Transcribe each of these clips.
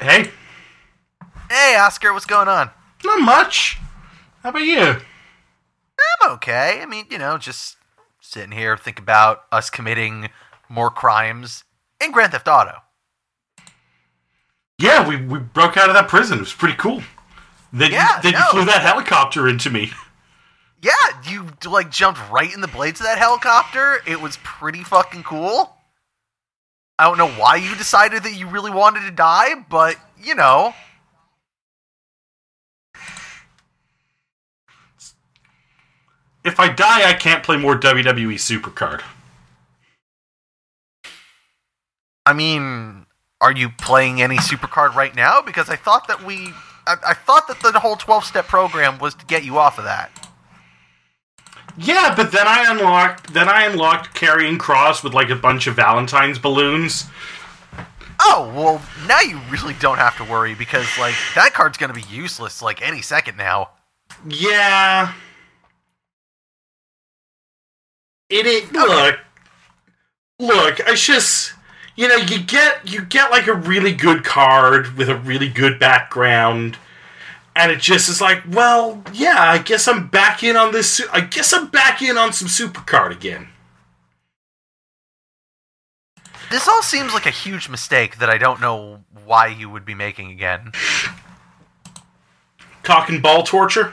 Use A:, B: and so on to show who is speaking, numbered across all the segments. A: Hey,
B: Hey, Oscar, what's going on?
A: not much. How about you?
B: I'm okay. I mean, you know, just sitting here think about us committing more crimes in Grand Theft Auto.
A: Yeah, we, we broke out of that prison. It was pretty cool. Then,
B: Yeah,
A: then
B: no.
A: you flew that helicopter into me.
B: Yeah, you like jumped right in the blades of that helicopter. It was pretty fucking cool. I don't know why you decided that you really wanted to die, but you know,
A: If I die, I can't play more WWE Supercard.
B: I mean, are you playing any supercard right now? Because I thought that we, I, I thought that the whole twelve-step program was to get you off of that.
A: Yeah, but then I unlocked then I unlocked carrying cross with like a bunch of Valentine's balloons.
B: Oh well, now you really don't have to worry because like that card's gonna be useless like any second now.
A: Yeah. It it look look, I just you know, you get you get like a really good card with a really good background and it just is like, well, yeah, I guess I'm back in on this su- I guess I'm back in on some supercard again.
B: This all seems like a huge mistake that I don't know why you would be making again.
A: Cock and ball torture?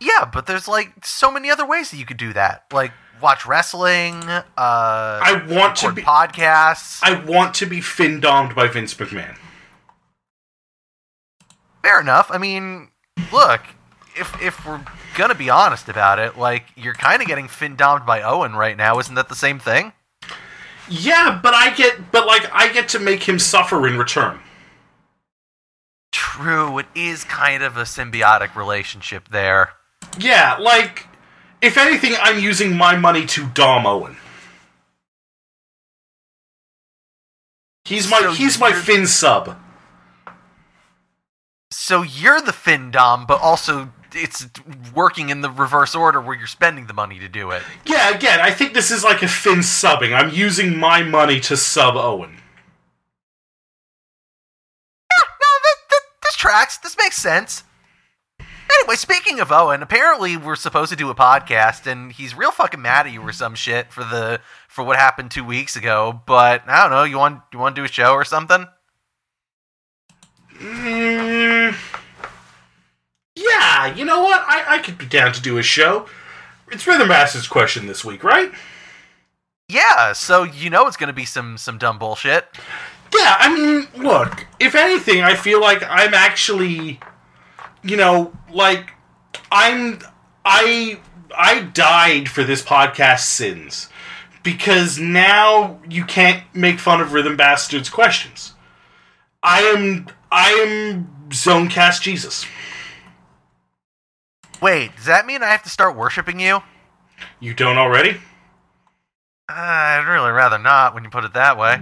B: Yeah, but there's like so many other ways that you could do that. Like watch wrestling, uh
A: I want to
B: record
A: be
B: podcasts.
A: I want to be fin domed by Vince McMahon.
B: Fair enough. I mean, look, if if we're gonna be honest about it, like you're kinda getting fin domed by Owen right now, isn't that the same thing?
A: Yeah, but I get, but like I get to make him suffer in return.
B: True, it is kind of a symbiotic relationship there.
A: Yeah, like if anything, I'm using my money to dom Owen. He's my
B: So
A: he's my
B: you're-
A: fin sub.
B: So you're the fin dom, but also it's working in the reverse order where you're spending the money to do it.
A: Yeah, again, I think this is like a fin subbing. I'm using my money to sub Owen.
B: Yeah, no, that, that, this tracks. This makes sense. Anyway, speaking of Owen, apparently we're supposed to do a podcast, and he's real fucking mad at you or some shit for the for what happened two weeks ago. But I don't know. You want you want to do a show or something?
A: Mm, yeah, you know what? I, I could be down to do a show. It's Rhythm Master's question this week, right?
B: Yeah. So you know it's going to be some some dumb bullshit.
A: Yeah, I mean, look, if anything, I feel like I'm actually, you know, like I'm I I died for this podcast sins because now you can't make fun of Rhythm Bastard's questions. I am I am Zonecast Jesus.
B: Wait, does that mean I have to start worshiping you?
A: You don't already?
B: Uh, I'd really rather not when you put it that way.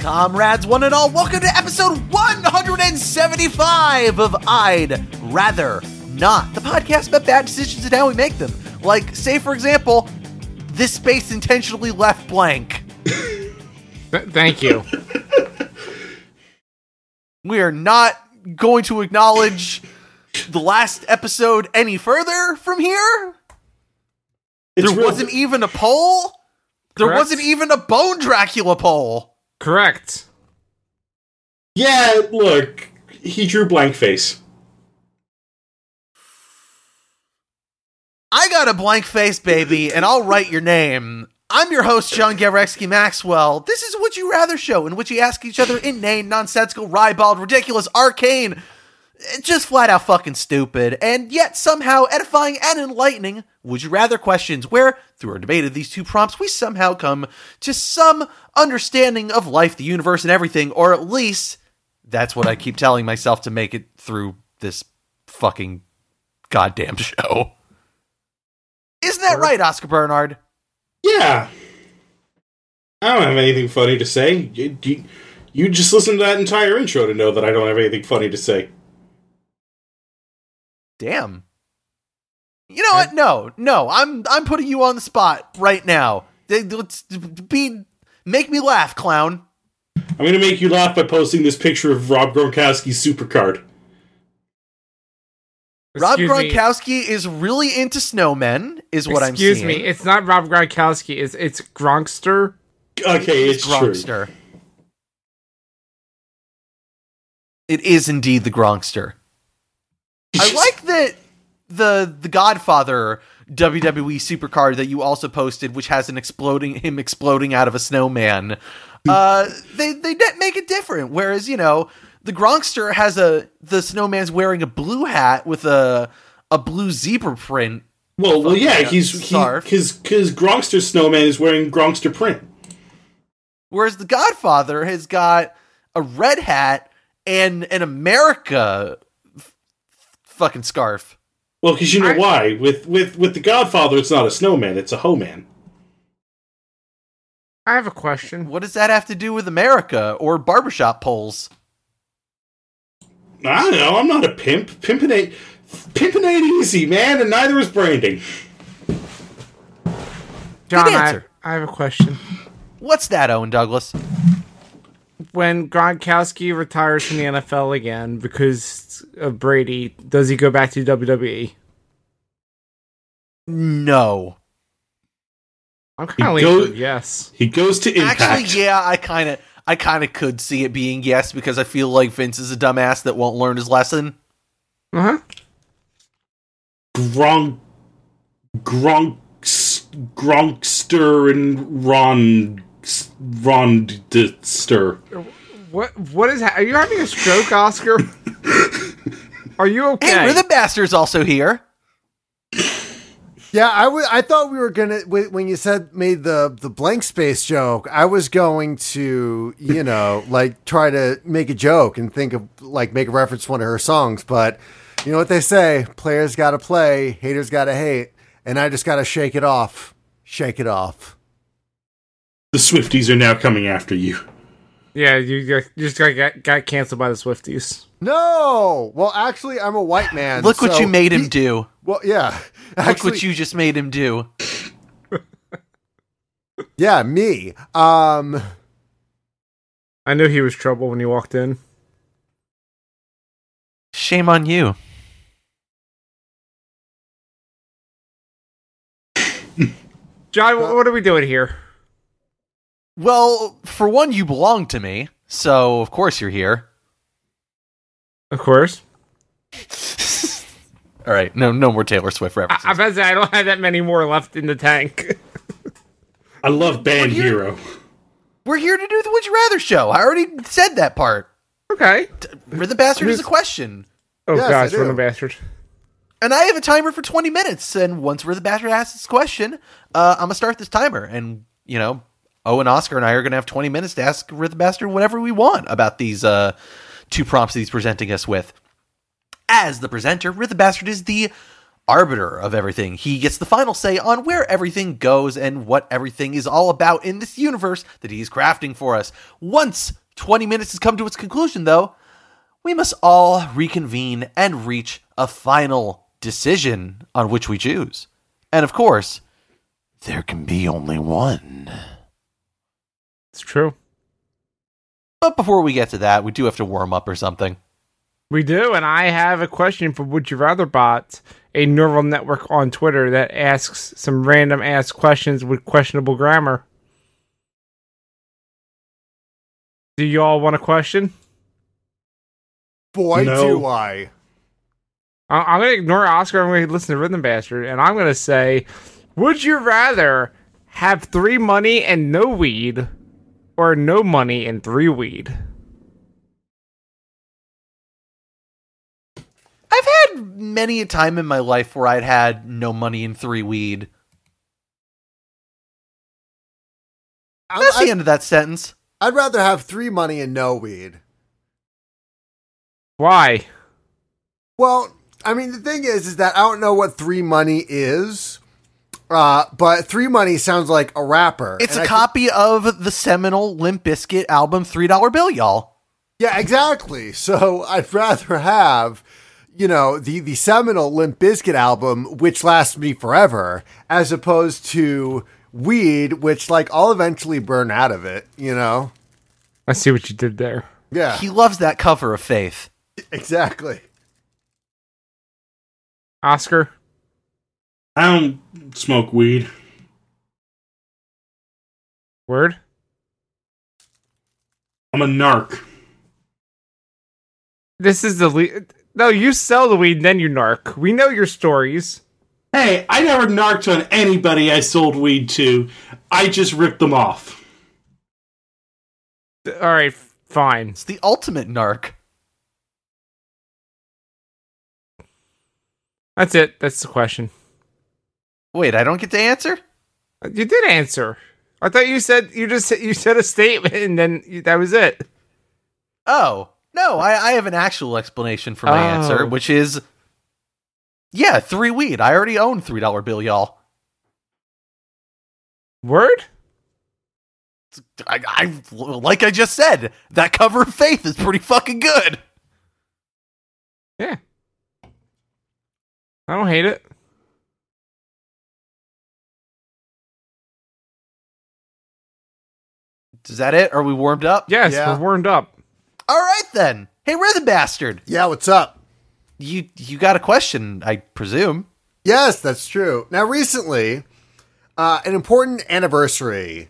C: Comrades, one and all, welcome to episode 175 of I'd Rather Not, the podcast about bad decisions and how we make them. Like, say, for example, this space intentionally left blank.
D: Th- thank you.
C: We are not going to acknowledge the last episode any further from here.
A: It's
C: there
A: real-
C: wasn't even a poll, there
D: Correct.
C: wasn't even a Bone Dracula poll.
D: Correct.
A: Yeah, look, he drew blank face.
C: I got a blank face, baby, and I'll write your name. I'm your host, John Gavreski Maxwell. This is Would You Rather Show, in which we ask each other inane, nonsensical, ribald, ridiculous, arcane, just flat out fucking stupid, and yet somehow edifying and enlightening Would You Rather questions, where, through our debate of these two prompts, we somehow come to some understanding of life, the universe, and everything, or at least that's what I keep telling myself to make it through this
B: fucking goddamn show. Isn't that right, Oscar Bernard?
E: Yeah. I don't have anything funny to say. You, you, you just listened to that entire intro to know that I don't have anything funny to say.
B: Damn. You know what? No, no. I'm I'm putting you on the spot right now. Th- th- Let's be make me laugh, clown.
E: I'm going to make you laugh by posting this picture of Rob Gronkowski's supercard.
B: Rob
D: Excuse me.
B: Gronkowski is really into snowmen, is what I'm
D: Excuse
B: seeing.
D: me. It's not Rob Gronkowski. It's it's Gronkster.
E: Okay, it's true.
B: Gronkster. It is indeed the Gronkster. I like that the the Godfather WWE supercard that you also posted, which has an exploding him exploding out of a snowman.
E: Mm.
B: Uh, they they did make it different. Whereas you know the Gronkster has a the snowman's wearing a blue hat with a a blue zebra print.
E: Well, well, yeah,
B: yeah,
E: he's he,
B: Sarf.
E: cause cause Gronkster Snowman is wearing Gronkster print.
B: Whereas the Godfather has got a red hat and an America f- fucking scarf.
E: Well, because you know
D: I-
E: why? With with with the Godfather, it's not a snowman; it's a hoe man.
D: I have a question.
B: What does that have to do with America or barbershop poles?
E: I don't know. I'm not a pimp. Pimping ain't pimping ain't easy, man, and neither is branding.
D: John, I,
B: answer.
D: I have a question.
B: What's that, Owen Douglas?
D: When Gronkowski retires from the NFL again because of Brady, does he go back to E? WWE?
B: No.
D: I'm kind of
E: He
D: leaning
E: go-
D: for yes.
E: He goes to Impact.
B: Actually, yeah, I kind of I kind of could see it being yes because I feel like Vince is a dumbass that won't learn his lesson.
D: Uh huh.
E: Gronk, Gronk, Gronkster, and Ron, Rondster.
D: What what is? Ha- are you having a stroke, Oscar? are you okay?
B: Hey, Rhythm Master's also here.
F: Yeah, I wa- I thought we were gonna wh- when you said made the the blank space joke. I was going to you know like try to make a joke and think of like make a reference to one of her songs, but you know what they say: players got to play, haters got to hate, and I just got to shake it off, shake it off.
E: The Swifties are now coming after you.
D: yeah, you, you just got, got got canceled by the Swifties.
F: No, well, actually, I'm a white man.
B: Look what
F: so-
B: you made him do.
F: Well, yeah,
B: Look
F: actually,
B: what you just made him do.
F: yeah, me. Um,
D: I knew he was trouble when he walked in.
B: Shame on you.
D: John,
B: Uh,
D: wh- what are we doing here?
B: Well, for one, you belong to me, so of course you're here.
D: Of course.
B: All right, no, no more Taylor Swift
D: I, I
B: references.
D: bet I don't have that many more left in the tank.
E: I love Band
B: you're-
E: Hero.
B: We're here to do the Would You Rather show. I already said that part.
D: okay.
B: Rhythm Bastard is a question.
D: Oh
F: Yes, I
D: gosh,
F: do.
D: what a bastard.
B: And I have a timer for 20 minutes. And once we're the bastard asks this question, uh, I'm going to start this timer. And, you know, Owen, Oscar, and I are going to have 20 minutes to ask Rhythm Bastard whatever we want about these uh, two prompts that he's presenting us with. As the presenter, Rhythm Bastard is the arbiter of everything. He gets the final say on where everything goes and what everything is all about in this universe that he's crafting for us. Once 20 minutes has come to its conclusion, though, we must all reconvene and reach a final decision on which we choose. And of course, there can be only one.
D: It's true.
B: But before we get to that, we do have to warm up or something.
D: We do, and I have a question for Would You Rather Bot, a neural network on Twitter that asks some random ass questions with questionable grammar. Do you all want a question?
F: boy,
E: No.
F: do I.
D: I- I'm going to ignore Oscar. I'm going to listen to Rhythm Bastard, and I'm going to say, Would you rather have three money and no weed, or no money and three weed?
B: I've had many a time in my life where I'd had no money and three weed.
F: I-
B: That's
F: I-
B: the end of that sentence.
F: I'd rather have three money and no weed.
D: Why?
F: Well, I mean, the thing is, is that I don't know what Three Money is, uh, but Three Money sounds like a rapper.
B: It's
F: And
B: a
F: I can-
B: copy of the seminal Limp Bizkit album Three Dollar Bill, y'all.
F: yeah, exactly. So I'd rather have, you know, the the seminal Limp Bizkit album, which lasts me forever, as opposed to Weed, which like I'll eventually burn out of it. You know?
D: I see what you did there.
F: Yeah,
B: He loves that cover of Faith.
F: exactly.
D: Oscar,
A: I don't smoke weed.
D: word?
A: I'm a narc.
D: This is the le- No, you sell the weed and then you narc. We know your stories.
A: Hey, I never narked on anybody I sold weed to. I just ripped them off.
D: All right, fine.
B: It's the ultimate narc.
D: That's it. That's the question.
B: Wait, I don't get to answer?
D: You did answer. I thought you said you just you said a statement and then you, that was it.
B: Oh, no, I, I have an actual explanation for my
D: Oh.
B: answer, which is yeah, three weed. I already own $3 Bill, y'all.
D: Word?
B: I, I, like I just said, that cover of Faith is pretty fucking good.
D: Yeah. I don't hate it.
B: Is that it? Are we warmed up?
D: Yes,
F: Yeah.
D: we're warmed up.
B: All right, then. Hey, Rhythm Bastard,
F: Yeah, what's up?
B: you, you got a question, I presume.
F: Yes, that's true. Now, recently, uh, an important anniversary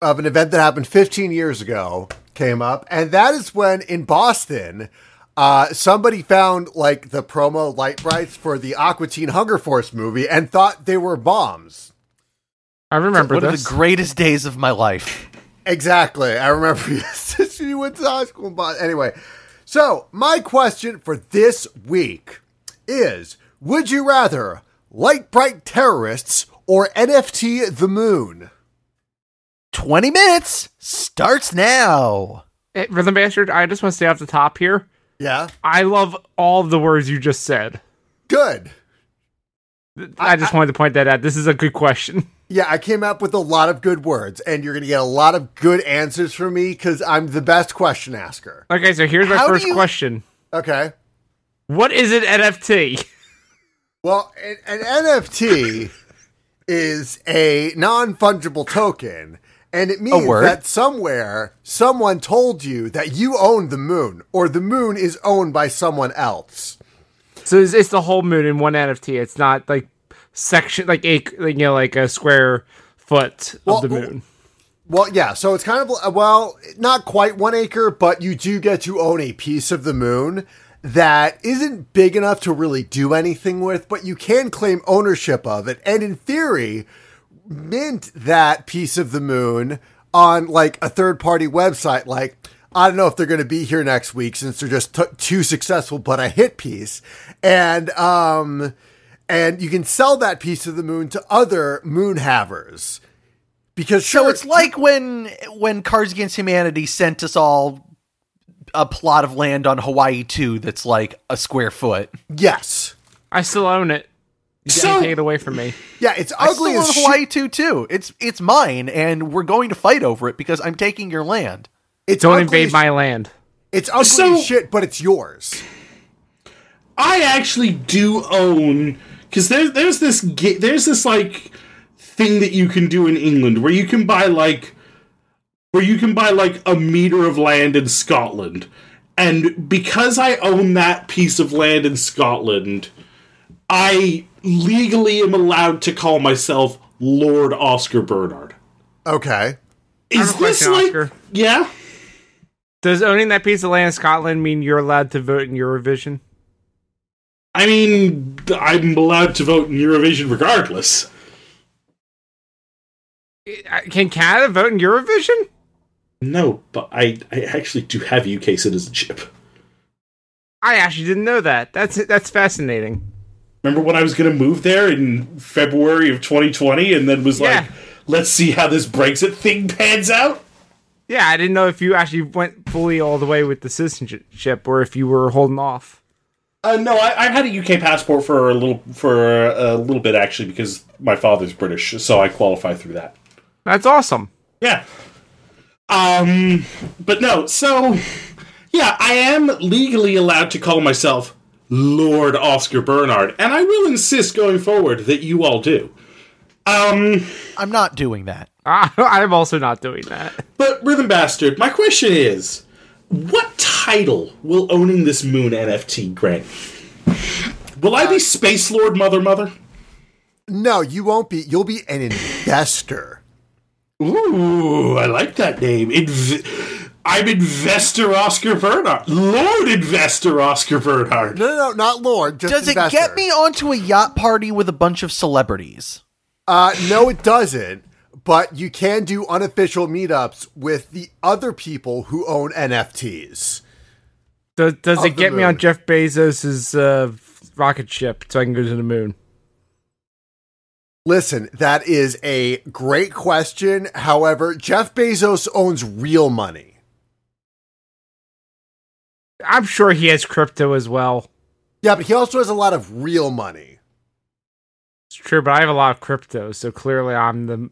F: of an event that happened 15 years ago came up, and that is when in Boston, uh, somebody found like the promo light brights for the Aqua Teen Hunger Force movie and thought they were bombs.
D: I remember
B: One
D: this.
B: of the greatest days of my life.
F: Exactly. I remember yes, you went to high school in Boston. Anyway, so my question for this week is Would you rather light bright terrorists or NFT the moon?
B: 20 minutes starts now.
D: Hey, Rhythm Bastard, I just want to stay off the top here.
F: Yeah.
D: I love all of the words you just said.
F: Good.
D: Th- I, just wanted to point that out. This is a good question.
F: Yeah, I came up with a lot of good words, and you're going to get a lot of good answers from me because I'm the best question asker.
D: Okay, so here's my
B: How do
D: first
B: you-
D: question.
F: Okay.
D: What is an NFT?
F: Well, an, an NFT is a non fungible token, and it means
B: word?
F: that somewhere someone told you that you own the moon, or the moon is owned by someone else.
D: So it's, it's the whole moon in one NFT. It's not like section like a like, you know like a square foot of
F: Well,
D: the moon.
F: Well, yeah, so it's kind of uh, well, not quite one acre, but you do get to own a piece of the moon that isn't big enough to really do anything with, but you can claim ownership of it, and in theory, mint that piece of the moon on like a third party website. Like, I don't know if they're going to be here next week since they're just t- too successful, but a hit piece, and um, and you can sell that piece of the moon to other moon havers. Because sure,
B: So it's like when when Cards Against Humanity sent us all a plot of land on Hawaii 2 that's like a square foot.
F: Yes.
D: I still own it. You
A: So-
D: can't take it away from me.
F: Yeah, it's
B: I
F: ugly
B: still
F: as
B: own
F: shit.
B: Hawaii 2 too. It's it's mine and we're going to fight over it because I'm taking your land.
F: It's
D: Don't
F: ugly
D: invade
F: as-
D: my land.
F: It's ugly
A: So-
F: as shit, but it's yours.
A: I actually do own because there's there's this ga- there's this like thing that you can do in England where you can buy like where you can buy like a meter of land in Scotland, and because I own that piece of land in Scotland, I legally am allowed to call myself Lord Oscar Bernard.
F: Okay.
D: have
A: Is
D: a
A: this
D: question,
A: like
D: Oscar.
A: yeah?
D: Does owning that piece of land in Scotland mean you're allowed to vote in Eurovision?
A: I mean, I'm allowed to vote in Eurovision regardless.
D: I- Can Canada vote in Eurovision?
A: No, but I, I actually do have UK citizenship.
D: I actually didn't know that. That's that's fascinating.
A: Remember when I was going to move there in February of 2020 and then was like,
D: Yeah.
A: let's see how this Brexit thing pans out?
D: Yeah, I didn't know if you actually went fully all the way with the citizenship or if you were holding off.
A: Uh, no, I, I've had a UK passport for a little for a little bit actually because my father's British, so I qualify through that.
D: That's awesome.
A: Yeah. Um, but no, so yeah, I am legally allowed to call myself Lord Oscar Bernard, and I will insist going forward that you all do. Um,
B: I'm not doing that.
D: I, I'm also not doing that.
A: but Rhythm Bastard, my question is, what title will owning this moon NFT grant? Will I be Space Lord Mother Mother?
F: No, you won't be. You'll be an investor.
A: Ooh, I like that name. Inv- I'm Investor Oscar Bernard. Lord Investor Oscar Bernard.
F: No, no, no, not Lord. Just
B: Does it
F: investor.
B: get me onto a yacht party with a bunch of celebrities?
F: Uh, no, it doesn't. But you can do unofficial meetups with the other people who own NFTs.
D: Does, does
F: Of
D: it
F: the
D: get me on
F: moon.
D: Jeff Bezos's uh, rocket ship so I can go to the moon?
F: Listen, that is a great question. However, Jeff Bezos owns real money.
D: I'm sure he has crypto as well.
F: Yeah, but he also has a lot of real money.
D: It's true, but I have a lot of crypto, so clearly I'm the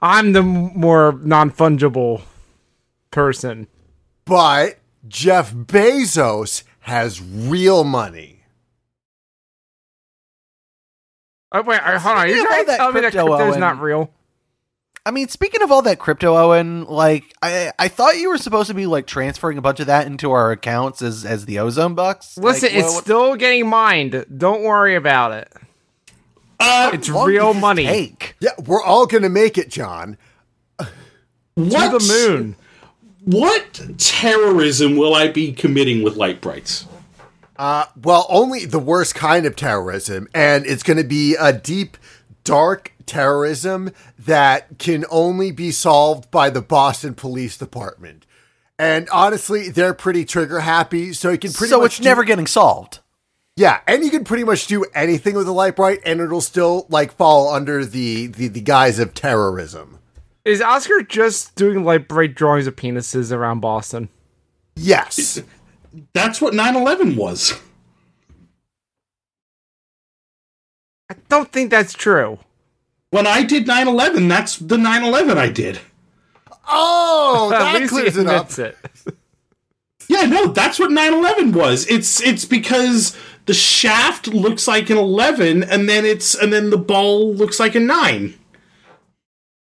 D: I'm the more non fungible person.
F: But Jeff Bezos has real money.
D: Oh, wait, uh, hold on.
B: Speaking of
D: You're trying
B: all
D: to
B: that
D: tell me that
B: crypto,
D: crypto's
B: Owen.
D: not real?
B: I mean, speaking of all that crypto, Owen, like I, I thought you were supposed to be like transferring a bunch of that into our accounts as as the ozone bucks.
D: Listen,
B: Like, well,
D: it's
B: what-
D: still getting mined. Don't worry about it.
A: Uh,
D: It's
B: long
D: real
B: does this
D: money.
B: Take?
F: Yeah, we're all going to make it, John.
A: what,
D: To the moon.
A: What terrorism will I be committing with light brights?
F: Uh, well, only the worst kind of terrorism, and it's going to be a deep, dark terrorism that can only be solved by the Boston Police Department. And honestly, they're pretty trigger happy, so you can pretty
B: So
F: much
B: it's
F: do-
B: never getting solved.
F: yeah, and you can pretty much do anything with a light bright, and it'll still like fall under the the, the guise of terrorism.
D: Is Oscar just doing like bright drawings of penises around Boston?
F: Yes,
A: That's what 9 11 was.
D: I don't think that's true.
A: When I did 9 11, that's the 9 11 I did.
F: Oh,
D: At
F: that
D: least he
F: clears it up.
D: admits it.
A: Yeah, no, that's what 9/11 was. It's it's because the shaft looks like an 11 and then it's and then the ball looks like a 9.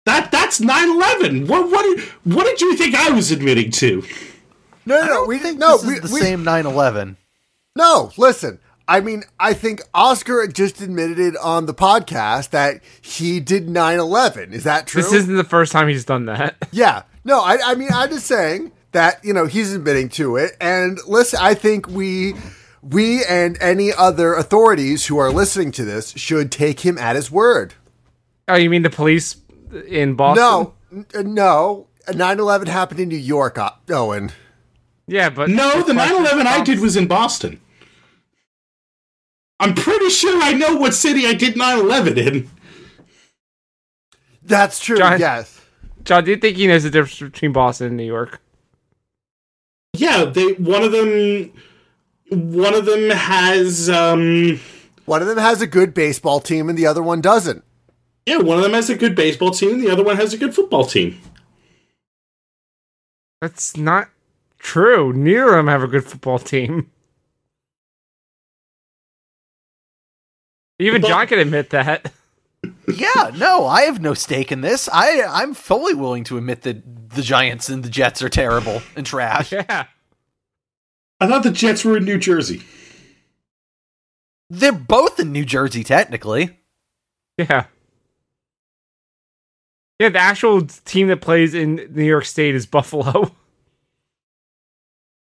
A: That that's 9/11. What what did, what did you think I was admitting to?
F: No, no,
B: I
F: no.
B: don't
F: We
B: think
F: no,
B: this
F: we,
B: is the
F: we-
B: same 9/11.
F: no. Listen, I mean, I think Oscar just admitted it on the podcast that he did 9-11. Is that true?
D: This isn't the first time he's done that.
F: yeah. No, I, I mean, I'm just saying that you know he's admitting to it, and listen, I think we. We and any other authorities who are listening to this should take him at his word.
D: Oh, you mean the police in Boston?
F: No, n- uh, no. 9-11 happened in New York, O- Owen.
D: Yeah, but
A: No, the 9/11 I did was in Boston. I'm pretty sure I know what city I did 9/11 in.
F: That's true,
D: John-
F: yes.
D: John, do you think he knows the difference between Boston and New York?
A: Yeah, they one of them one of them has um
F: One of them has a good baseball team and the other one doesn't.
A: Yeah, one of them has a good baseball team, the other one has a good football team.
D: That's not true. Neither of them have a good football team. Even
A: But-
D: John can admit that.
B: yeah, no, I have no stake in this. I I'm fully willing to admit that the Giants and the Jets are terrible and trash.
D: Yeah.
A: I thought the Jets were in New Jersey.
B: They're both in New Jersey technically.
D: Yeah. Yeah, the actual team that plays in New York State is Buffalo.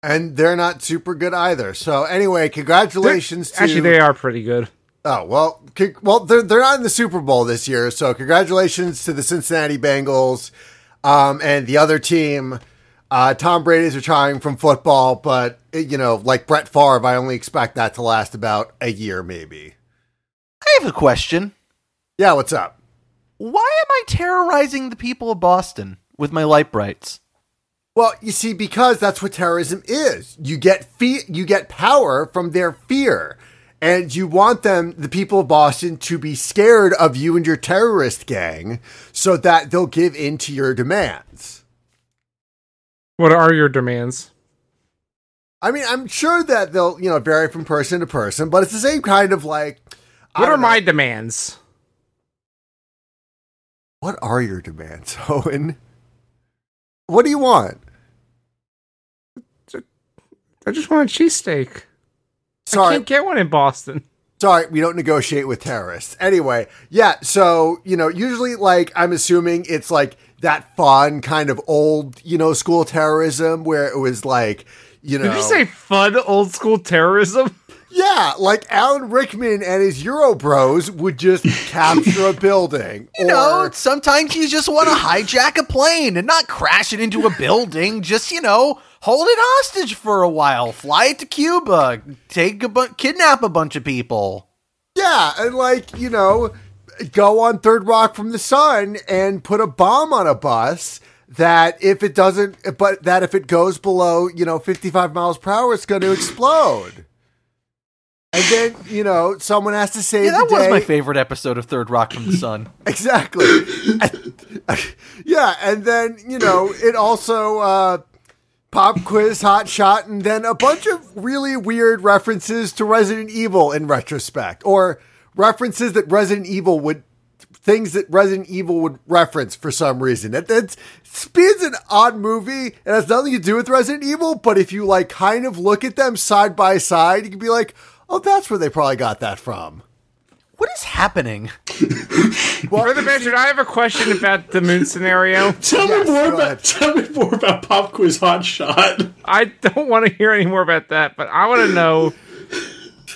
F: And they're not super good either. So anyway, congratulations to
D: Actually, they are pretty good.
F: Oh, well, con- well they're they're not in the Super Bowl this year, so congratulations to the Cincinnati Bengals um, and the other team. Uh, Tom Brady's retiring from football, but eh, you know, like Brett Favre, I only expect that to last about a year maybe.
B: I have a question.
F: Yeah, what's up?
B: Why am I terrorizing the people of Boston with my light brights?
F: Well, you see, because that's what terrorism is. You get fe- you get power from their fear, and you want them, the people of Boston, to be scared of you and your terrorist gang, so that they'll give in to your demands.
D: What are your demands?
F: I mean, I'm sure that they'll you know vary from person to person, but it's the same kind of like. I
D: What are
F: don't know.
D: my demands?
F: What are your demands, Owen? What do you want?
D: I just want a cheesesteak. I
F: Sorry,
D: can't get one in Boston.
F: Sorry, we don't negotiate with terrorists. Anyway, yeah, so, you know, usually, like, I'm assuming it's like that fun kind of old, you know, school terrorism where it was like, you know.
D: Did you say fun old school terrorism?
F: Yeah, like Alan Rickman and his Euro bros would just capture a building.
B: You know, sometimes you just want to hijack a plane and not crash it into a building. Just, you know, hold it hostage for a while. Fly it to Cuba. Take a bu- kidnap a bunch of people.
F: Yeah, and like, you know, go on Third Rock from the Sun and put a bomb on a bus that if it doesn't, but that if it goes below, you know, 55 miles per hour, it's going to explode. And then, you know, someone has to save
B: Yeah, that
F: the
B: was
F: day.
B: my favorite episode of Third Rock from the Sun.
F: Exactly. yeah, and then you know it also uh, pop quiz, hot shot, and then a bunch of really weird references to Resident Evil in retrospect, or references that Resident Evil would things that Resident Evil would reference for some reason. That that's Speed's an odd movie. It has nothing to do with Resident Evil, but if you like kind of look at them side by side, you can be like, oh, that's where they probably got that from.
B: What is happening?
D: For the Bastard, I have a question about the moon scenario.
A: Tell
F: Yes,
A: me more
F: go
A: about
F: ahead.
A: tell me more about Pop Quiz Hot Shot.
D: I don't want to hear any more about that, but I want to know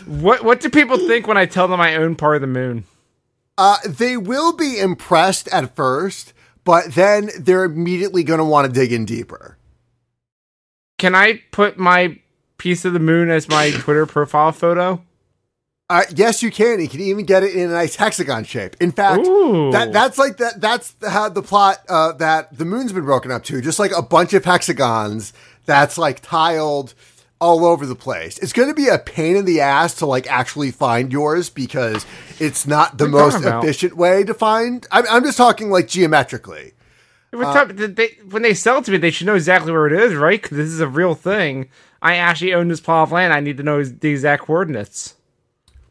D: what what do people think when I tell them I own part of the moon?
F: Uh, they will be impressed at first, but then they're immediately going to want to dig in deeper.
D: Can I put my piece of the moon as my Twitter profile photo?
F: Uh, yes, you can. You can even get it in a nice hexagon shape. In fact,
D: Ooh.
F: that that's like that. That's the- how the plot uh, that the moon's been broken up to. Just like a bunch of hexagons that's like tiled all over the place. It's going to be a pain in the ass to like actually find yours because it's not the
D: What are you
F: most
D: talking about?
F: efficient way to find. I'm, I'm just talking like geometrically. Uh,
D: What's up? Did they- when they sell it to me, they should know exactly where it is, right? 'Cause this is a real thing. I actually own this plot of land. I need to know the exact coordinates.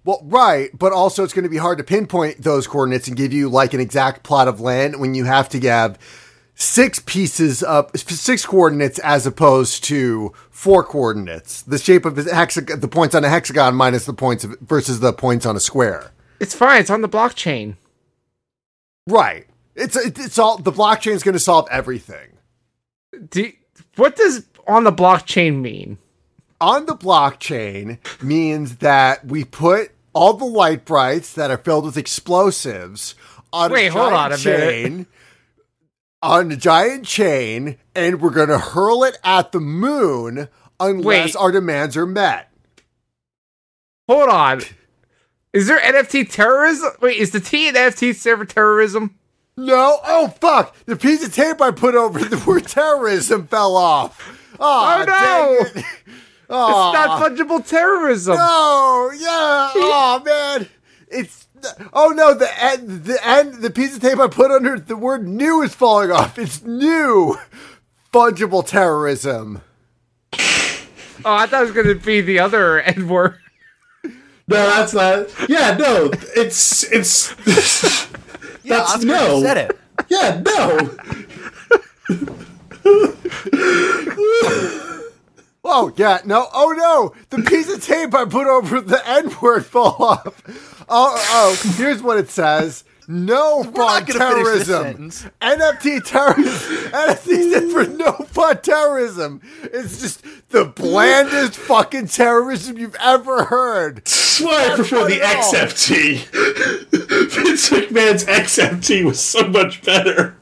F: Well, right, but also it's going to be hard to pinpoint those coordinates and give you like an exact plot of land when you have to have six pieces of six coordinates as opposed to four coordinates. The shape of the hexagon, the points on a hexagon minus the points of, versus the points on a square.
D: It's fine. It's on the blockchain.
F: Right. It's it's all the blockchain's going to solve everything.
D: Do you- what does on the blockchain mean?
F: on the blockchain means that we put all the light brights that are filled with explosives on
D: Wait,
F: a
D: hold
F: giant
D: on a minute.
F: chain on a giant chain and we're going to hurl it at the moon unless
D: Wait.
F: our demands are met.
D: Hold on. Is there NFT terrorism? Wait, is the T in NFT stand for terrorism?
F: No, oh fuck, the piece of tape I put over the word terrorism fell off.
D: Oh,
F: Oh,
D: no.
F: Dang it. Aw.
D: It's not fungible terrorism.
F: Oh yeah. Oh man. It's oh no. The end. The end. The piece of tape I put under the word "new" is falling off. It's new. Fungible terrorism.
D: Oh, I thought it was going to be the other N word.
A: No, that's not. Yeah, no, it's it's.
B: Yeah,
A: that's
B: Oscar
A: no.
B: just said it.
A: Yeah, no.
F: Oh yeah. No. Oh no. The piece of tape I put over the N word fell off. Oh oh. Here's what it says. No
B: We're
F: fun
B: not going to finish this
F: terrorism.
B: sentence.
F: NFT terrorism. NFT stands for no fun terrorism. It's just the blandest fucking terrorism you've ever heard.
A: Why I prefer
F: not
A: the
F: at all.
A: XFT. Vince McMahon's XFT was so much better.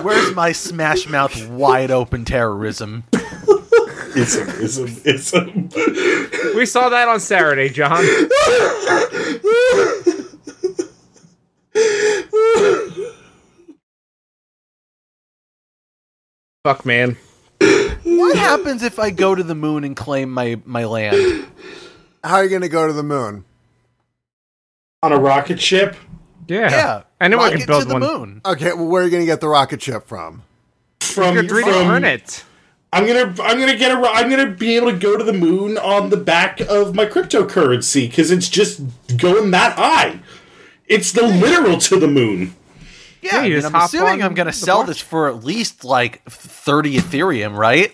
B: Where's my smash mouth wide open terrorism?
A: Ism, ism, ism.
D: We saw that on Saturday, John. Fuck, man.
B: What happens if I go to the moon and claim my my land?
F: How are you going to go to the moon?
A: on a rocket ship.
D: Yeah.
G: Yeah.
D: Anyone
G: Rocket
D: can build
G: to the
D: one.
G: moon.
F: Okay, well, where are you going to get the rocket ship from?
A: From,
D: You're 3D
A: from-
D: print it.
A: I'm gonna I'm gonna get a ro- I'm gonna be able to go to the moon on the back of my cryptocurrency because it's just going that high. It's the literal to the moon.
G: Yeah, I
D: you
G: mean,
D: just
G: I'm
D: hop
G: assuming
D: on
G: I'm going to
D: the
G: sell
D: block-
G: this for at least like 30 Ethereum, right?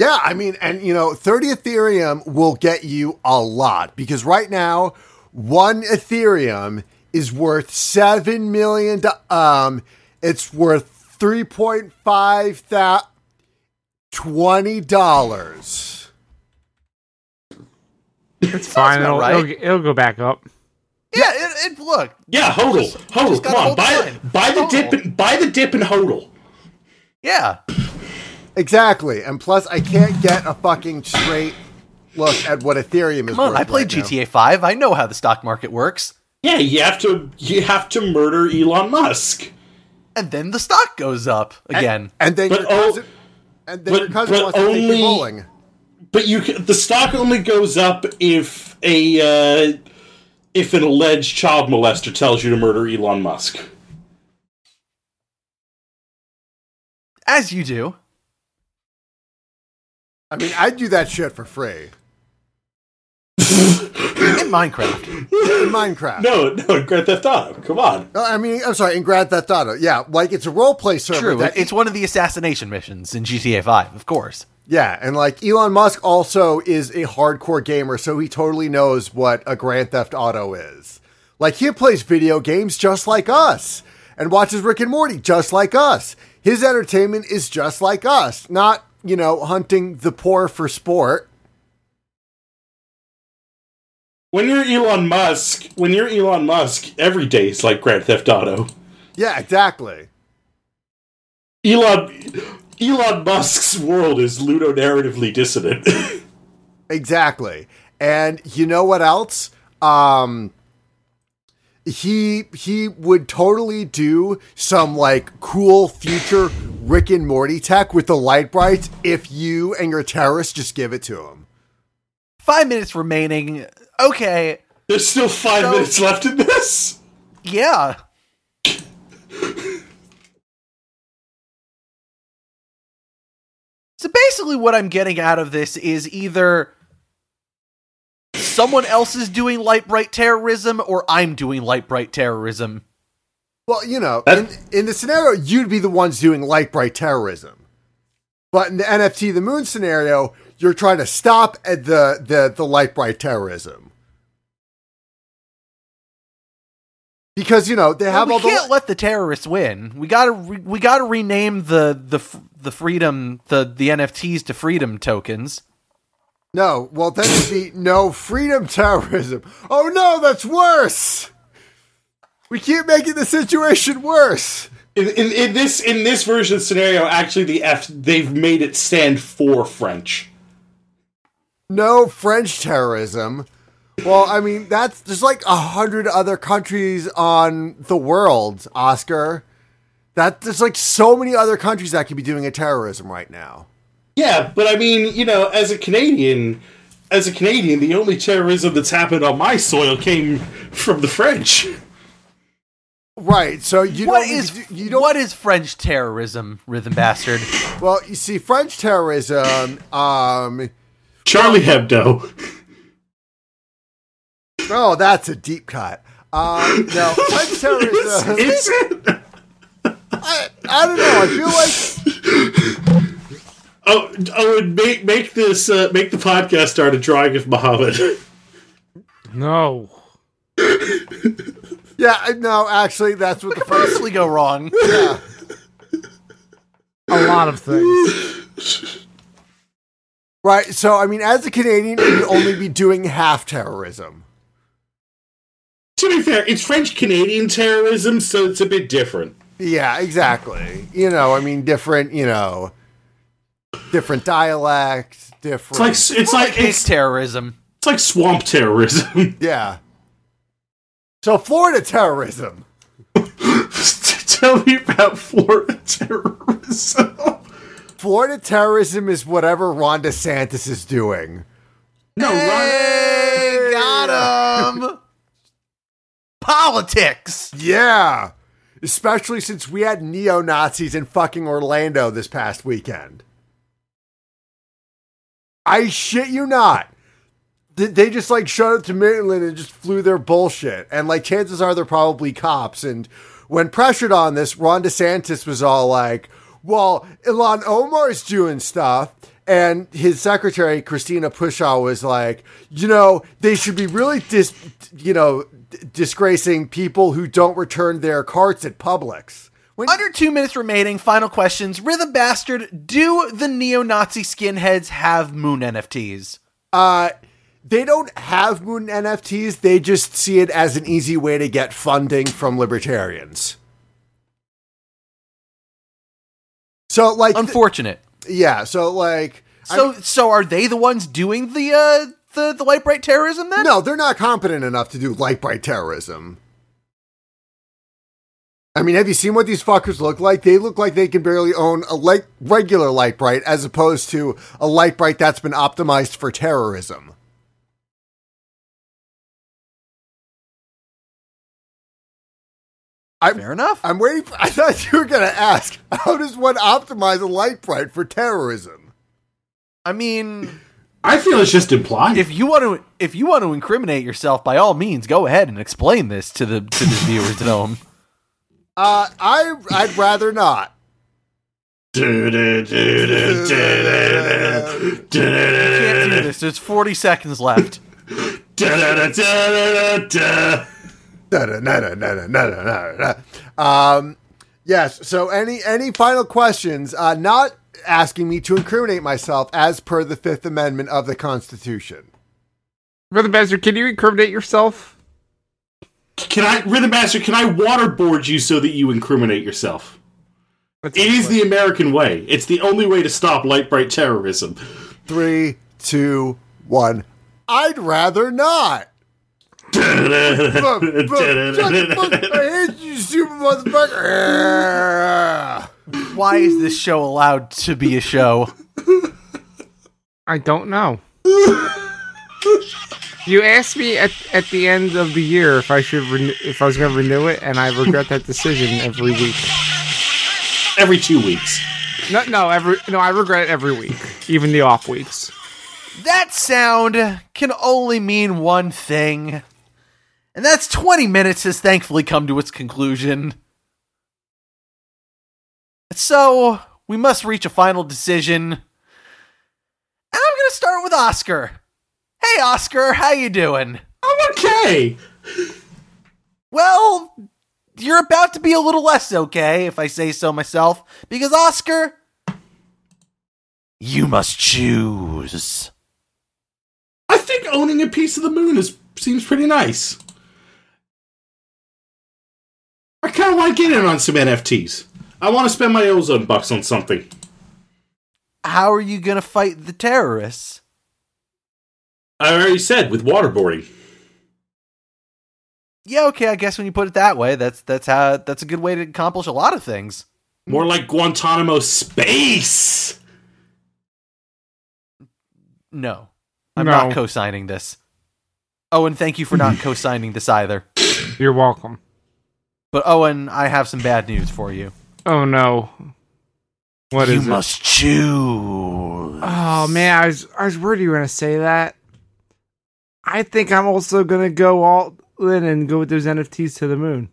F: Yeah, I mean, and you know, 30 Ethereum will get you a lot because right now, one Ethereum is worth seven million. do- Um, it's worth three point five that twenty dollars.
D: It's fine.
G: about
D: It'll,
G: right.
D: it'll, it'll go back up.
G: Yeah, it, it look.
A: Yeah, hodl, hodl.
G: just
A: come
G: gotta
A: on,
G: hold the
A: buy
G: line.
A: buy the dip,
G: Hodl.
A: and, buy the dip and hodl.
G: Yeah.
F: Exactly, and plus, I can't get a fucking straight look at what Ethereum is
G: Come on,
F: worth.
G: I played
F: right now.
G: GTA 5. I know how the stock market works.
A: Yeah, you have to you have to murder Elon Musk.
G: And then the stock goes up again.
F: and then
A: But
F: your
A: oh-
F: cousin, and then
A: but-
F: your cousin
A: but
F: wants to take
A: only-
F: you bowling.
A: But you ca- the stock only goes up if a uh, if an alleged child molester tells you to murder Elon Musk.
G: As you do.
F: I mean, I'd do that shit for free
G: In Minecraft.
F: in Minecraft.
A: No, no, Grand Theft Auto. Come on.
F: No, I mean, I'm sorry, in Grand Theft Auto. Yeah, like it's a role play server.
G: True.
F: that-
G: It's one of the assassination missions in GTA 5, of course.
F: yeah, and like Elon Musk also is a hardcore gamer, so he totally knows what a Grand Theft Auto is. Like he plays video games just like us and watches Rick and Morty just like us. His entertainment is just like us, not, you know, hunting the poor for sport.
A: When you're Elon Musk, when you're Elon Musk, every day is like Grand Theft Auto.
F: Yeah, exactly.
A: Elon Elon Musk's world is ludonarratively dissonant.
F: Exactly. And you know what else? Um he he would totally do some like cool future Rick and Morty tech with the light brights if you and your terrorists just give it to him.
G: Five minutes remaining. Okay.
A: There's still five
G: So-
A: minutes left in this.
G: Yeah. so basically, what I'm getting out of this is either someone else is doing light bright terrorism or I'm doing light bright terrorism.
F: Well, you know,
A: That-
F: in, in the scenario, you'd be the ones doing light bright terrorism. But in the NFT the moon scenario, you're trying to stop at the the, the light bright terrorism. Because you know they have
G: we
F: all the
G: can't let the terrorists win. We gotta re- we gotta rename the the f- the freedom the the NFTs to freedom tokens.
F: No, well, then it'd be no freedom terrorism. Oh no, that's worse. We keep making the situation worse.
A: In, in, in this in this version of the scenario, actually the F they've made it stand for French.
F: No French terrorism. Well, I mean, that's there's like a hundred other countries on the world, Oscar. That there's like so many other countries that could be doing a terrorism right now.
A: Yeah, but I mean, you know, as a Canadian, as a Canadian, the only terrorism that's happened on my soil came from the French.
F: Right. So you
G: What
F: don't need
G: is
F: to do- you don't
G: what is French terrorism, rhythm bastard?
F: well, you see French terrorism um
A: Charlie Hebdo.
F: Oh, that's a deep cut. Um, no, French terrorism.
A: It's, it's
F: I, I don't know. I feel like
A: oh, oh, and make make this uh, make the podcast start a drawing of Muhammad.
D: No.
F: yeah. I- No, actually, that's what the first.
G: Possibly go wrong.
F: Yeah.
D: A lot of things.
F: Right. So, I mean, as a Canadian, you'd only be doing half terrorism.
A: to be fair, it's French Canadian terrorism, so it's a bit different.
F: Yeah, exactly. You know, I mean, different. You know, different dialects,
A: It's
F: different.
A: like it's
G: I
A: like
G: hate
A: it's,
G: terrorism.
A: it's like swamp terrorism.
F: yeah. So, Florida terrorism.
A: Tell me about Florida terrorism.
F: floor to terrorism is whatever Ron DeSantis is doing.
A: No,
B: Hey, got him. Politics.
F: Yeah. Especially since we had neo Nazis in fucking Orlando this past weekend. I shit you not. Th- They just like showed up to Maryland and just flew their bullshit. And like, chances are they're probably cops. And when pressured on this, Ron DeSantis was all like, well, Elon Omar's doing stuff. And his secretary, Christina Pushaw, was like, you know, they should be really dis, you know, d- disgracing people who don't return their carts at Publix. When
B: Under two minutes remaining. Final questions. Rhythm bastard. Do the neo-Nazi skinheads have moon NFTs?
F: uh, they don't have moon NFTs, they just see it as an easy way to get funding from libertarians. So, like, th-
B: Unfortunate.
F: yeah, so like, I-
B: So, so are they the ones doing the uh the the white bright terrorism then?
F: No, they're not competent enough to do light bright terrorism. I mean, have you seen what these fuckers look like? They look like they can barely own a light, regular light bright as opposed to a light bright that's been optimized for terrorism. I'm,
B: Fair enough.
F: I'm waiting for, I thought you were going to ask, how does one optimize a light bright for terrorism?
B: I mean,
A: I feel it's just implied.
B: if you want to if you want to incriminate yourself, by all means, go ahead and explain this to the to the viewers at home.
F: Uh, I, I'd rather not.
B: Can't do this. There's 40 seconds left.
F: Na, na, na, na, na, na, na, na, na. Um, yes. So, any any final questions? Uh, not asking me to incriminate myself as per the Fifth Amendment of the Constitution.
D: Rhythm Bastard, can you incriminate yourself?
A: Can I, Rhythm Master, can I waterboard you so that you incriminate yourself?
D: That's
A: It is the American way. It's the only way to stop light bright terrorism.
F: Three, two, one. I'd rather not. Fuck, fuck, shut the fuck- I hate you, stupid motherfucker.
B: Why is this show allowed to be a show?
D: I don't know. you asked me at, at the end of the year if I should renew, if I was going to renew it, and I regret that decision every week.
A: Every two weeks.
D: No, no, every no, I regret it every week, even the off weeks.
B: That sound can only mean one thing. And that's 20 minutes has thankfully come to its conclusion. So, we must reach a final decision. And I'm going to start with Oscar. Hey Oscar, how you doing?
A: I'm okay.
B: Well, you're about to be a little less okay, if I say so myself, because Oscar, you must choose.
A: I think owning a piece of the moon is seems pretty nice. I kind of want to get in on some NFTs. I want to spend my ozone bucks on something.
B: How are you going to fight the terrorists?
A: I already said with waterboarding.
B: Yeah, okay, I guess when you put it that way, that's that's how that's a good way to accomplish a lot of things.
A: More like Guantanamo space.
B: No. I'm
D: No.
B: not co-signing this. Owen, thank you for not co-signing this either.
D: You're welcome.
B: But Owen, I have some bad news for you.
D: Oh no. What is
B: you
D: it?
B: must choose.
D: Oh man, I was I was worried you were gonna say that. I think I'm also gonna go all in and go with those NFTs to the moon.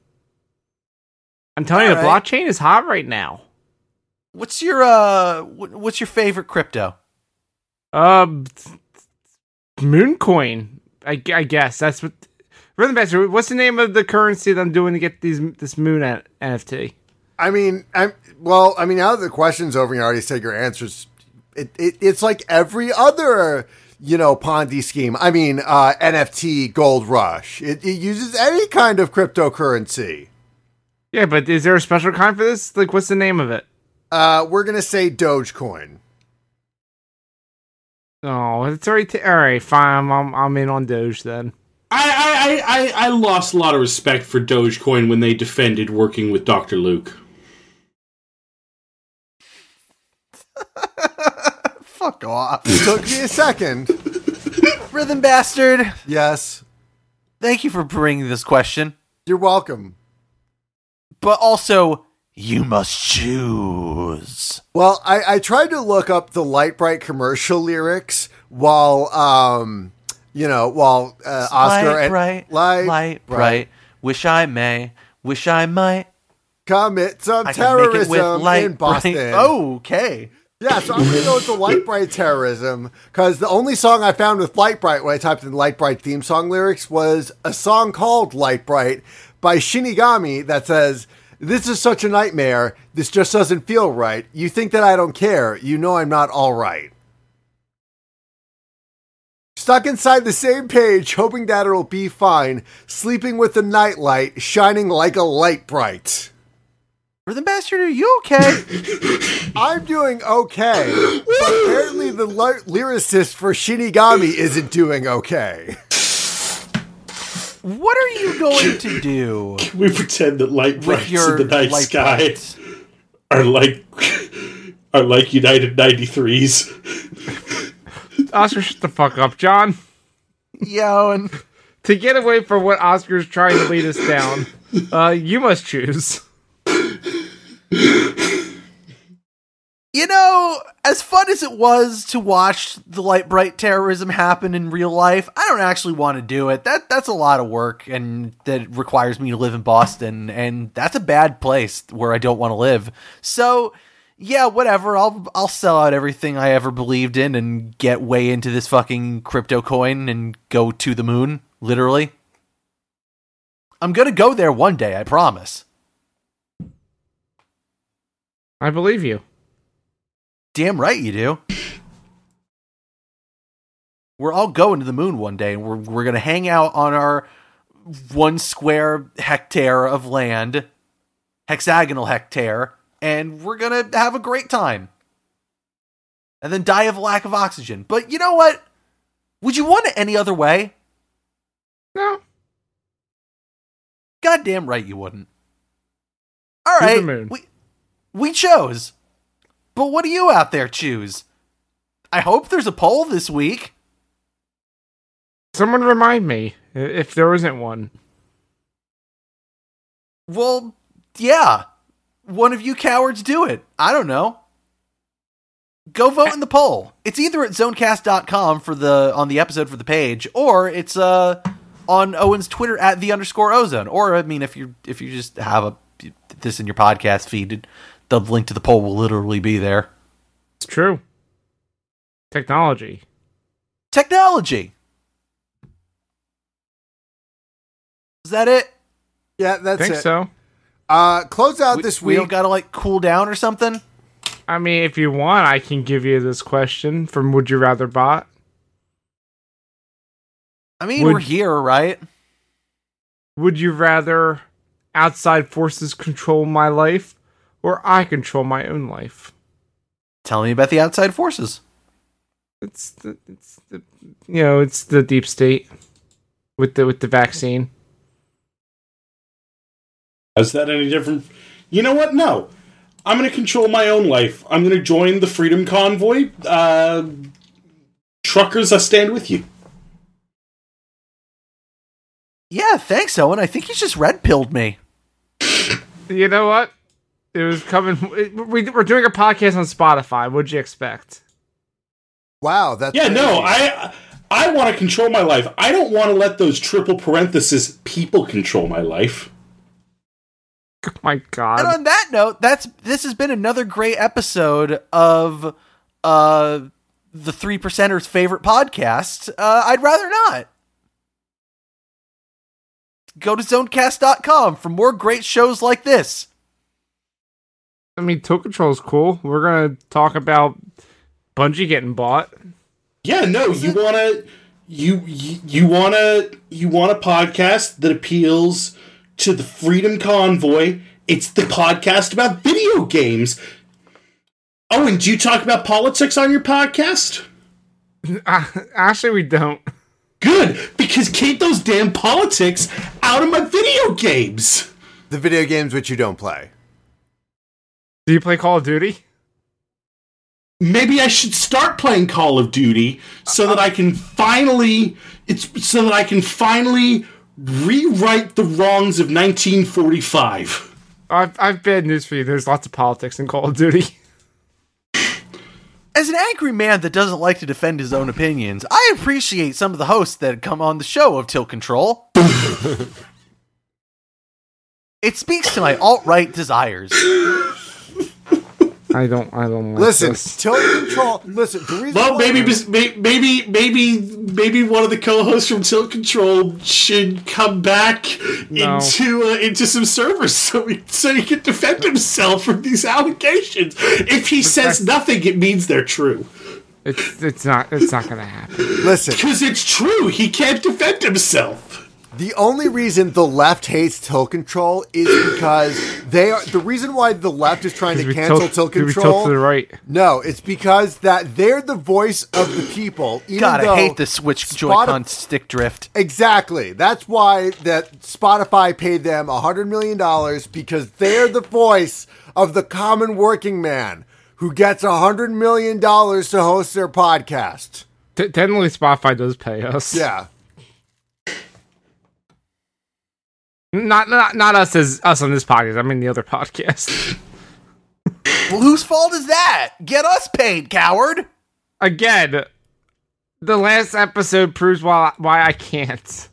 D: I'm telling you, the
B: Alright.
D: blockchain is hot right now.
B: What's your uh wh- what's your favorite crypto?
D: Um, Mooncoin. I, gu- I guess that's what. Rhythm Bastard, what's the name of the currency that I'm doing to get these this moon N- NFT?
F: I mean, I'm well. I mean, now that the question's over, and you already said your answers. It, it it's like every other you know Ponzi scheme. I mean, uh, NFT gold rush. It, it uses any kind of cryptocurrency.
D: Yeah, but is there a special kind for this? Like, what's the name of it?
F: Uh, we're gonna say Dogecoin.
D: Oh, it's already t- all right. Fine, I'm, I'm I'm in on Doge then.
A: I, I, I, I- I lost a lot of respect for Dogecoin when they defended working with Dr. Luke.
B: Fuck off.
F: Took me a second.
B: Rhythm bastard.
F: Yes.
B: Thank you for bringing this question.
F: You're welcome.
B: But also, you must choose.
F: Well, I, I tried to look up the Light Bright commercial lyrics while, um, you know, while uh, Oscar
G: light
F: and
G: bright,
F: Light,
G: light bright. Wish I may, wish I might.
F: commit some
G: I can make it with
F: terrorism
G: light Oh!
F: in
G: bright-
F: Boston.
B: Okay.
F: Yeah, so I'm gonna go with the Light Bright terrorism because the only song I found with Light Bright when I typed in Light Bright theme song lyrics was a song called Light Bright by Shinigami that says, "This is such a nightmare. This just doesn't feel right. You think that I don't care. You know I'm not all right." Stuck inside the same page, hoping that it'll be fine. Sleeping with the nightlight shining like a light bright.
B: Rhythm bastard, are you okay?
F: I'm doing okay, but apparently the ly- lyricist for Shinigami isn't doing okay.
B: what are you going to do
A: We pretend that light
B: with
A: brights in
B: your
A: the night
B: light
A: sky
B: bright?
A: are like are like United 93s.
D: Oscar, shut the fuck up, John.
B: Yo, and
D: To get away from what Oscar's trying to lead us down, uh, you must choose.
B: you know, as fun as it was to watch the light bright terrorism happen in real life, I don't actually want to do it. That that's a lot of work, and that requires me to live in Boston, and that's a bad place where I don't want to live. So. Yeah, whatever. I'll I'll sell out everything I ever believed in and get way into this fucking crypto coin and go to the moon, literally. I'm going to go there one day, I promise.
D: I believe you.
B: Damn right you do. We're all going to the moon one day, and we're we're gonna hang out on our one square hectare of land, hexagonal hectare, and we're gonna have a great time. And then die of lack of oxygen. But you know what? Would you want it any other way?
D: No.
B: Goddamn right you wouldn't. All
D: To the
B: right,
D: moon.
B: we we chose, but what do you out there choose? I hope there's a poll this week.
D: Someone remind me i- if there isn't one.
B: Well, yeah. One of you cowards do it. I don't know. Go vote in the poll. It's either at zonecast.com for the on the episode for the page, or it's uh on Owen's Twitter at the underscore ozone. Or I mean if you if you just have a this in your podcast feed, the link to the poll will literally be there.
D: It's true. Technology.
B: Technology. Is that it?
F: Yeah, that's
D: think
F: it.
D: so.
F: Uh, close out this
B: we, we
F: week.
B: don't gotta like cool down or something?
D: I mean, if you want, I can give you this question from Would You Rather Bot.
B: I mean
D: Would-
B: we're here, right?
D: Would you rather outside forces control my life or I control my own life?
B: Tell me about the outside forces.
D: It's the, it's the you know, it's the deep state with the with the vaccine.
A: Is that any different? You know what? No. I'm going to control my own life. I'm going to join the Freedom Convoy. Uh, truckers, I stand with you.
B: Yeah, thanks, Owen. I think he's just red pilled me.
D: You know what? It was coming. it- we, we're doing a podcast on Spotify. What'd you expect?
F: wow, that's
A: Yeah, no,
F: crazy.
A: I I want to control my life. I don't want to let those triple parentheses people control my life.
D: Oh my God.
B: And on that note, that's this has been another great episode of uh the three percenters favorite podcast. Uh, I'd rather not. Go to zonecast.com for more great shows like this.
D: I mean, Toe Control's cool. We're gonna talk about Bungie getting bought.
A: Yeah, no, you want to you you you want to you want a podcast that appeals to the Freedom Convoy. It's the podcast about video games. Oh, and do you talk about politics on your podcast?
D: Uh, actually, we don't.
A: Good, because keep those damn politics out of my video games.
F: the video games which you don't play.
D: Do you play Call of Duty?
A: maybe I should start playing Call of Duty so that I can finally it's so that I can finally rewrite the wrongs of 1945.
D: I've, I've bad news for you. There's lots of politics in Call of Duty.
B: As an angry man that doesn't like to defend his own opinions, I appreciate some of the hosts that come on the show of Tilt Control. it speaks to my alt right desires.
D: I don't. I don't. Like
F: Listen,
D: this.
F: tilt control. Listen, the reason
A: Well,
F: why-
A: maybe, bes- may- maybe, maybe, maybe one of the co-hosts from Tilt Control should come back
D: No.
A: into uh, into some servers so he, so he can defend himself from these allegations. If he says nothing, it means they're true.
D: it's it's not it's not gonna happen.
F: Listen,
A: Because it's true, he can't defend himself.
F: the only reason the left hates tilt control is because they are the reason why the left is trying to
D: We
F: cancel
D: tilt-
F: tilt
D: we tilt
F: control.
D: to the right.
F: No, it's because that they're the voice of the people. Even
B: God,
F: though
B: I hate the Switch
F: Spotify-
B: Joy-Con stick drift.
F: Exactly. That's why that Spotify paid them a hundred million dollars because they're the voice of the common working man who gets a hundred million dollars to host their podcast.
D: T- technically, Spotify does pay us.
F: Yeah.
D: Not not not us as us on this podcast. I mean the other podcast.
B: Well, whose fault is that? Get us paid, coward!
D: Again, the last episode proves why why I can't.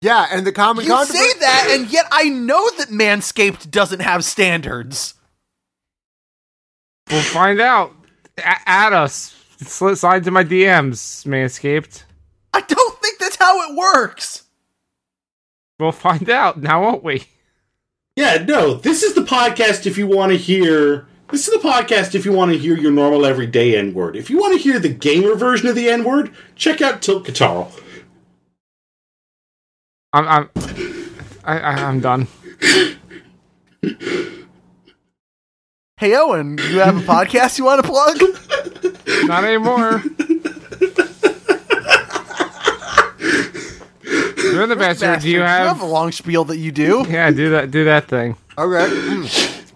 F: Yeah, and the common
B: You say
F: controversy-
B: that, and yet I know that Manscaped doesn't have standards.
D: We'll find out. A- at us. Sli- Slide to my DMs, Manscaped.
B: I don't think that's how it works.
D: We'll find out now, won't we?
A: Yeah, no, this is the podcast if you want to hear. This is the podcast if you want to hear your normal everyday N word. If you want to hear the gamer version of the N word, check out Tilt Catarl.
D: I'm I'm I, I, I'm done.
B: Hey, Owen, you have a podcast you want to plug?
D: Not anymore. You're in the bastard. Do you
B: a
D: have?
B: long spiel that you do?
D: Yeah, do that. Do that thing.
F: Okay. Mm.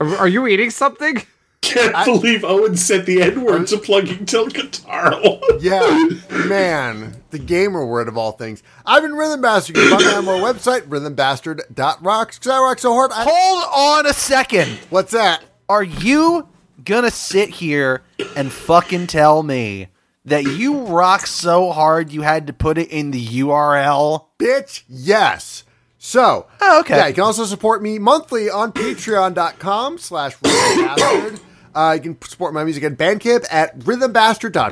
D: Are, are you eating something?
A: Can't believe Owen said the N word to plugging Tilt Catarl.
F: Yeah, man, the gamer word of all things. I've been Rhythm Bastard. You can find me on our website, rhythmbastard.rocks, because I rock so hard. I-
B: Hold on a second.
F: What's that?
B: Are you gonna sit here and fucking tell me that you rock so hard you had to put it in the URL?
F: Bitch, yes. So,
B: Oh, okay.
F: Yeah, you can also support me monthly on patreon.com slash rhythmbastard. Uh, you can support my music at Bandcamp at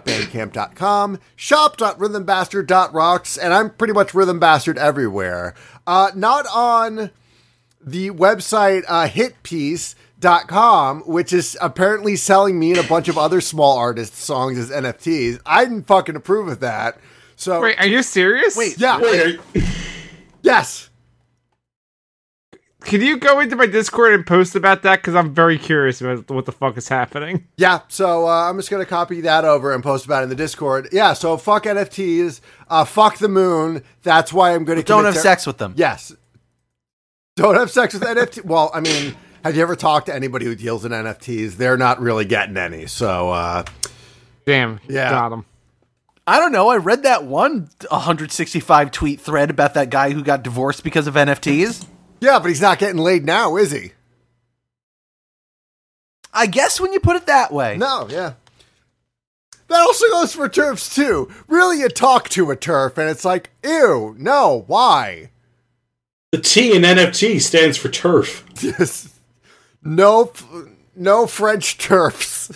F: rhythmbastard.bandcamp.com, shop.rhythmbastard.rocks, and I'm pretty much Rhythm Bastard everywhere. Uh, not on the website uh, hitpiece.com, which is apparently selling me and a bunch of other small artists' songs as NFTs. I didn't fucking approve of that. So,
D: Wait, are you serious? Wait,
F: yeah,
A: Wait, are-
F: yes.
D: can you go into my Discord and post about that? Because I'm very curious about what the fuck is happening.
F: Yeah, so uh, I'm just gonna copy that over and post about it in the Discord. Yeah, so fuck NFTs, uh, fuck the moon. That's why I'm gonna
B: Don't
F: commit
B: have
F: ter-
B: sex with them.
F: Yes, don't have sex with NFT. Well, I mean, have you ever talked to anybody who deals in NFTs? They're not really getting any. So uh,
D: Damn.
F: Yeah.
D: Got him.
B: I don't know. I read that one 165 tweet thread about that guy who got divorced because of NFTs.
F: yeah, but he's not getting laid now, is he?
B: I guess when you put it that way.
F: No, yeah. That also goes for turfs too. Really, you talk to a turf and it's like, ew, no, why?
A: the T in NFT stands for turf.
F: Yes. No, f- no French turfs.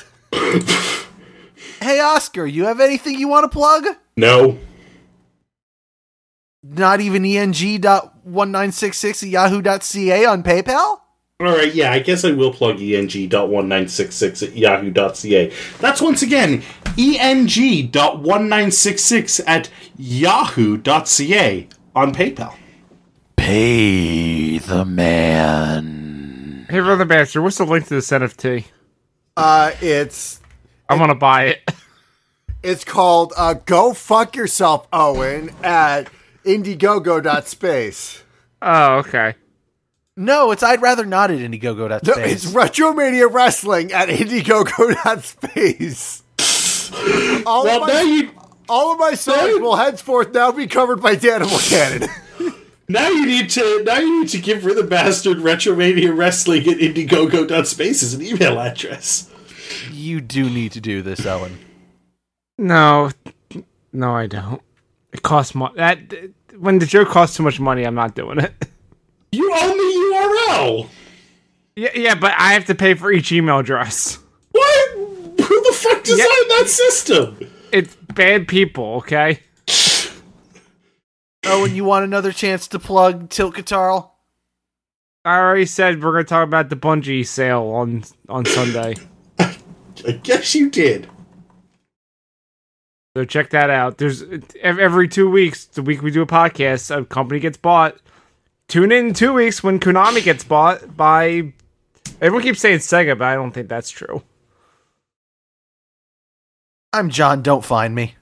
B: Hey, Oscar, you have anything you want to plug?
A: No.
B: Not even E eng.1966 at yahoo.ca on PayPal?
A: All right, yeah, I guess I will plug E eng.1966 at yahoo.ca. That's once again E eng.1966 at yahoo.ca on PayPal.
G: Pay the man.
D: Hey, brother bastard, what's the link to this NFT?
F: Uh, it's
D: I want to buy it.
F: it's called uh, "Go Fuck Yourself, Owen" at Indiegogo.space.
D: Oh, okay.
B: No, it's I'd rather not at Indiegogo.space.
F: No, it's Retromania Wrestling at Indiegogo.space. all,
A: Well,
F: of
A: now
F: my,
A: you
F: all of my songs
A: Dude.
F: will henceforth now be covered by Danimal Cannon.
A: now you need to now you need to give the bastard Retromania Wrestling at Indiegogo.space as an email address.
B: you do need to do this, Owen.
D: No, no, I don't. It costs money. That when the joke costs too much money, I'm not doing it.
A: You own the URL.
D: Yeah, yeah, but I have to pay for each email address.
A: What? Who the fuck designed that system?
D: It's bad people, okay?
B: Owen, Oh, you want another chance to plug Tilt Catarl?
D: I already said we're gonna talk about the Bungie sale on on Sunday,
A: I guess you did.
D: so check that out. There's ev- every two weeks, the week we do a podcast, a company gets bought. Tune in two weeks when Konami gets bought by. Everyone keeps saying Sega, but I don't think that's true.
B: I'm John. Don't find me.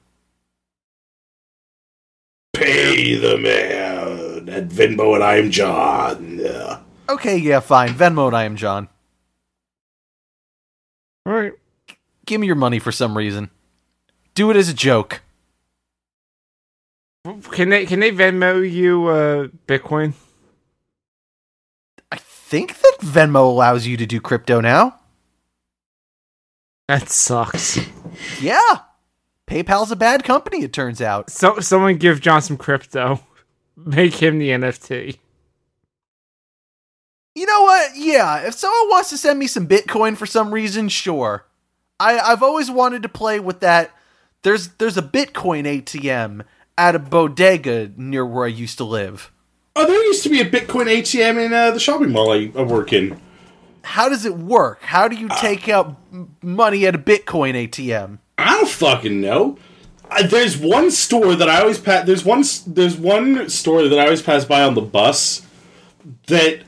A: Pay the man at Venmo, and I'm John. Yeah.
B: Okay, yeah, fine. Venmo and I am John.
D: All right.
B: Give me your money for some reason. Do it as a joke.
D: Can they can they Venmo you uh, Bitcoin?
B: I think that Venmo allows you to do crypto now.
D: That sucks.
B: Yeah. PayPal's a bad company, it turns out.
D: So someone give John some crypto. Make him the NFT.
B: You know what? Yeah, if someone wants to send me some Bitcoin for some reason, sure. I, I've always wanted to play with that. There's there's a Bitcoin ATM at a bodega near where I used to live.
A: Oh, there used to be a Bitcoin ATM in uh, the shopping mall I, I work in.
B: How does it work? How do you take out m- money at a Bitcoin ATM?
A: I don't fucking know. I, there's one store that I always pass. There's one. s- There's one store that I always pass by on the bus. That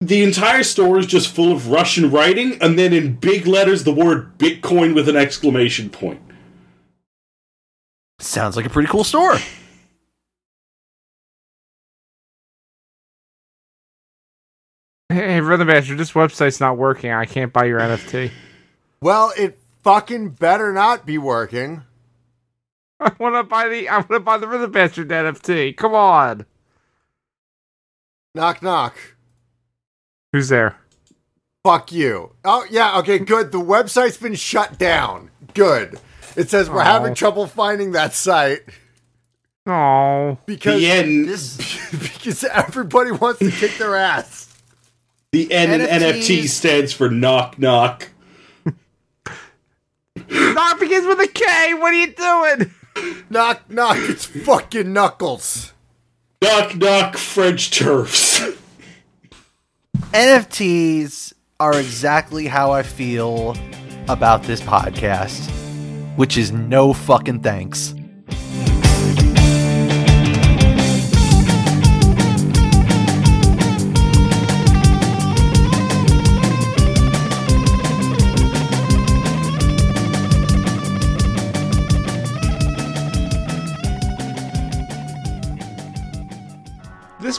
A: the entire store is just full of Russian writing, and then in big letters the word Bitcoin with an exclamation point.
B: Sounds like a pretty cool store.
D: Hey, Rhythm Bastard, this website's not working. I can't buy your NFT.
F: well, it fucking better not be working.
D: I want to buy the I want to buy the Rhythm Bastard NFT. Come on.
F: Knock, knock.
D: Who's there?
F: Fuck you. Oh, yeah, okay, good. The website's been shut down. Good. It says we're having trouble finding that site
D: Oh,
F: because
A: The end.
F: this- because everybody wants to kick their ass.
A: The N in NFT
B: NFTs.
A: stands for knock knock.
D: not begins with a K. What are you doing?
F: Knock, knock. It's fucking Knuckles.
A: Knock knock French turfs.
B: NFTs are exactly how I feel about this podcast, which is no fucking thanks.
D: This